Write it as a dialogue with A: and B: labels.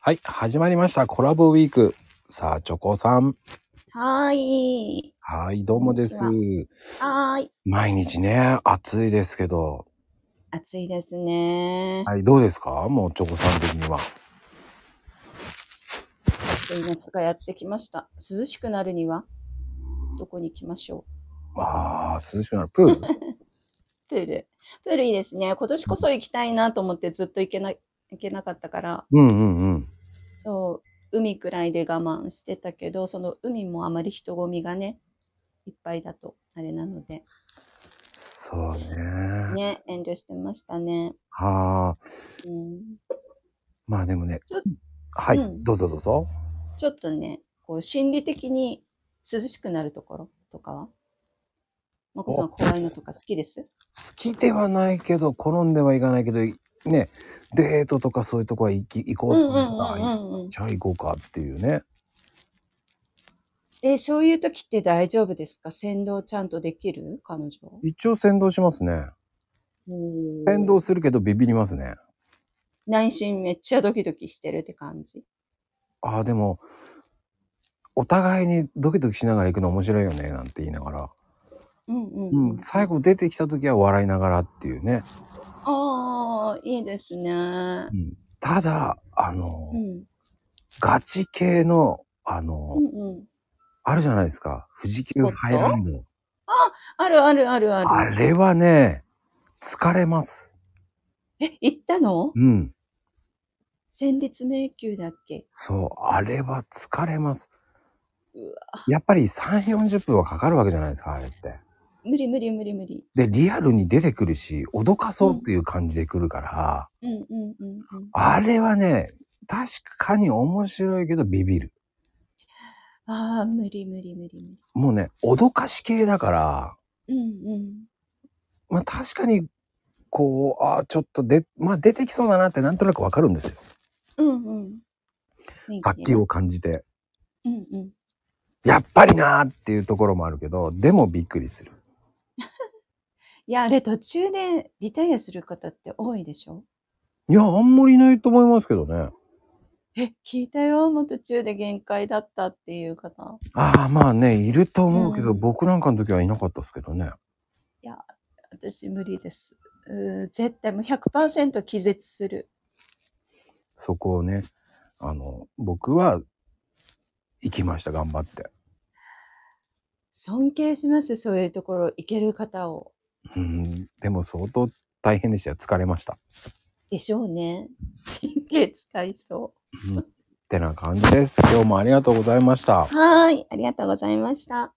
A: はい、始まりました。コラボウィーク。さあ、チョコさん。
B: はーい。
A: はい、どうもです
B: こ。んはーい。
A: 毎日ね、暑いですけど。
B: 暑いですね。
A: はい、どうですかもうチョコさん的には。
B: 暑い夏がやってきました。涼しくなるにはどこに行きましょ
A: あー、涼しくなる。プー ル
B: うプール。プールいいですね。今年こそ行きたいなと思ってずっと行けな行けなかったから、
A: うんうんうん。
B: そう、海くらいで我慢してたけど、その海もあまり人混みがね、いっぱいだとあれなので、
A: そうね。
B: ね、遠慮してましたね。
A: はあー。
B: うん、
A: まあでもね
B: ちょ。
A: はい、
B: うん
A: どうぞどうぞ。
B: ちょっとね、こう心理的に涼しくなるところとかはまこさん、怖いのとか好きです
A: 好きではないけど、好んではいかないけど、ね、デートとかそういうとこは行き行こう
B: う
A: って
B: ん
A: 言
B: う
A: うんか
B: う
A: ら、
B: んうんうん。
A: じゃあ行こうかっていうね。
B: え、そういう時って大丈夫ですか先導ちゃんとできる彼女。
A: 一応先導しますね。先導するけどビビりますね。
B: 内心めっちゃドキドキしてるって感じ。
A: ああでもお互いにドキドキしながら行くの面白いよねなんて言いながら、
B: うんうん
A: う
B: うん
A: ん、最後出てきた時は笑いながらっていうね、
B: ああ、いいですね。う
A: うん、ただあの、
B: ん。
A: ガチ系のあの、
B: うんうん。
A: あるじゃないですか富士急ハイランド
B: あるあるある
A: あ
B: ある。
A: れはね疲れます
B: え、行ったの
A: うん
B: 戦慄迷宮だっけ
A: そうあれは疲れます
B: う
A: やっぱり3 4 0分はかかるわけじゃないですかあれって
B: 無理無理無理無理。
A: でリアルに出てくるし脅かそうっていう感じで来るから、
B: うんうんうんうん。
A: あれはね、確かに面白いけどビビる。
B: ああ、無理無理無理無理。
A: もうね、脅かし系だから、
B: うんうん。
A: まあ確かに、こう、ああ、ちょっとで、まあ出てきそうだなってなんとなくわかるんですよ。
B: うんうん。
A: 殺気を。感じて。
B: うんうん。
A: やっぱりなーっていうところもあるけど、でもびっくりする。
B: いや、あれ途中でリタイアする方って多いでしょ
A: いや、あんまりいないと思いますけどね。
B: え、聞いたよ。もう途中で限界だったっていう方。
A: ああ、まあね、いると思うけど、
B: うん
A: 僕なんかの時はいなかったですけどね。
B: いや、私無理です。うー絶対もう100%気絶する。
A: そこをね、あの、僕は、行きました、頑張って。
B: 尊敬します。そういうところ、行ける方を。
A: うん、でも相当大変でしたよ。疲れました。
B: でしょうね。神経使いそ
A: うんってな感じです。今日もありがとうございました。
B: う。はーい。ありがとうございました。